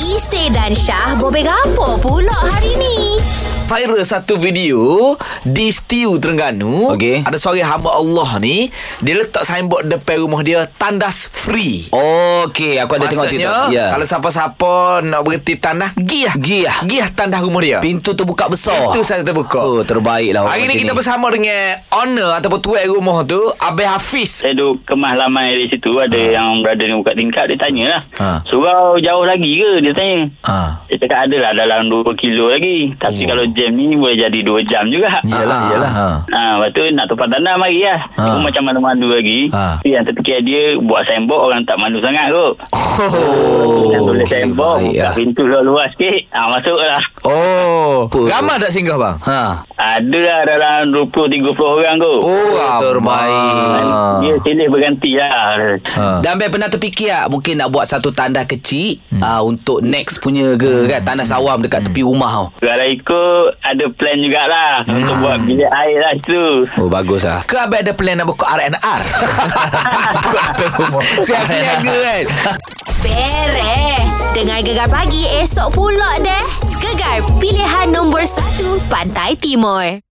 Isi dan Syah bobek apa pula hari ni? viral satu video di Stiu Terengganu. Okey. Ada seorang hamba Allah ni, dia letak signboard depan rumah dia tandas free. Okey, aku ada tengok Maksudnya, TikTok. Ya. kalau siapa-siapa nak berhenti tandas, giah. Giah. Giah tandas rumah dia. Pintu terbuka besar. Pintu saya terbuka. Oh, terbaik lah. orang Hari ni macam kita bersama dengan owner ataupun tuan rumah tu, Abang Hafiz. saya duduk kemas lamai di situ ada ha. yang berada ni buka tingkat dia tanyalah Ha. ha. surau jauh lagi ke dia tanya Ha. Ah. dia cakap adalah dalam 2 kilo lagi tapi oh. kalau jam ni boleh jadi 2 jam juga Iyalah, Ah, iyalah. ah. Ha, lepas tu nak tumpang tanah mari lah. Ha. Ha. macam mandu-mandu lagi. Ha. Ha. Yang terfikir dia buat signboard orang tak mandu sangat kot. Oh. Yang tulis okey, signboard, baik buka lah. pintu luar-luar sikit. Ha, masuk lah. Oh, Apa tu? ramai tak singgah bang? Ha. Ada lah dalam 20-30 orang kot. Ah, Oh, ramai. terbaik. Dia silih berganti lah. Ha. Dan Abang pernah terfikir tak Mungkin nak buat satu tandas kecil hmm. uh, Untuk next Hmm. punya ke kan Tandas awam dekat tepi rumah tau Kalau ikut Ada plan jugalah hmm. Untuk buat bilik air lah situ Oh bagus lah Ke abang ada plan nak buka RNR? Buka depan rumah. Siapa yang kan Bereh. Dengar Gegar Pagi esok pula deh. Gegar pilihan nombor 1 Pantai Timur.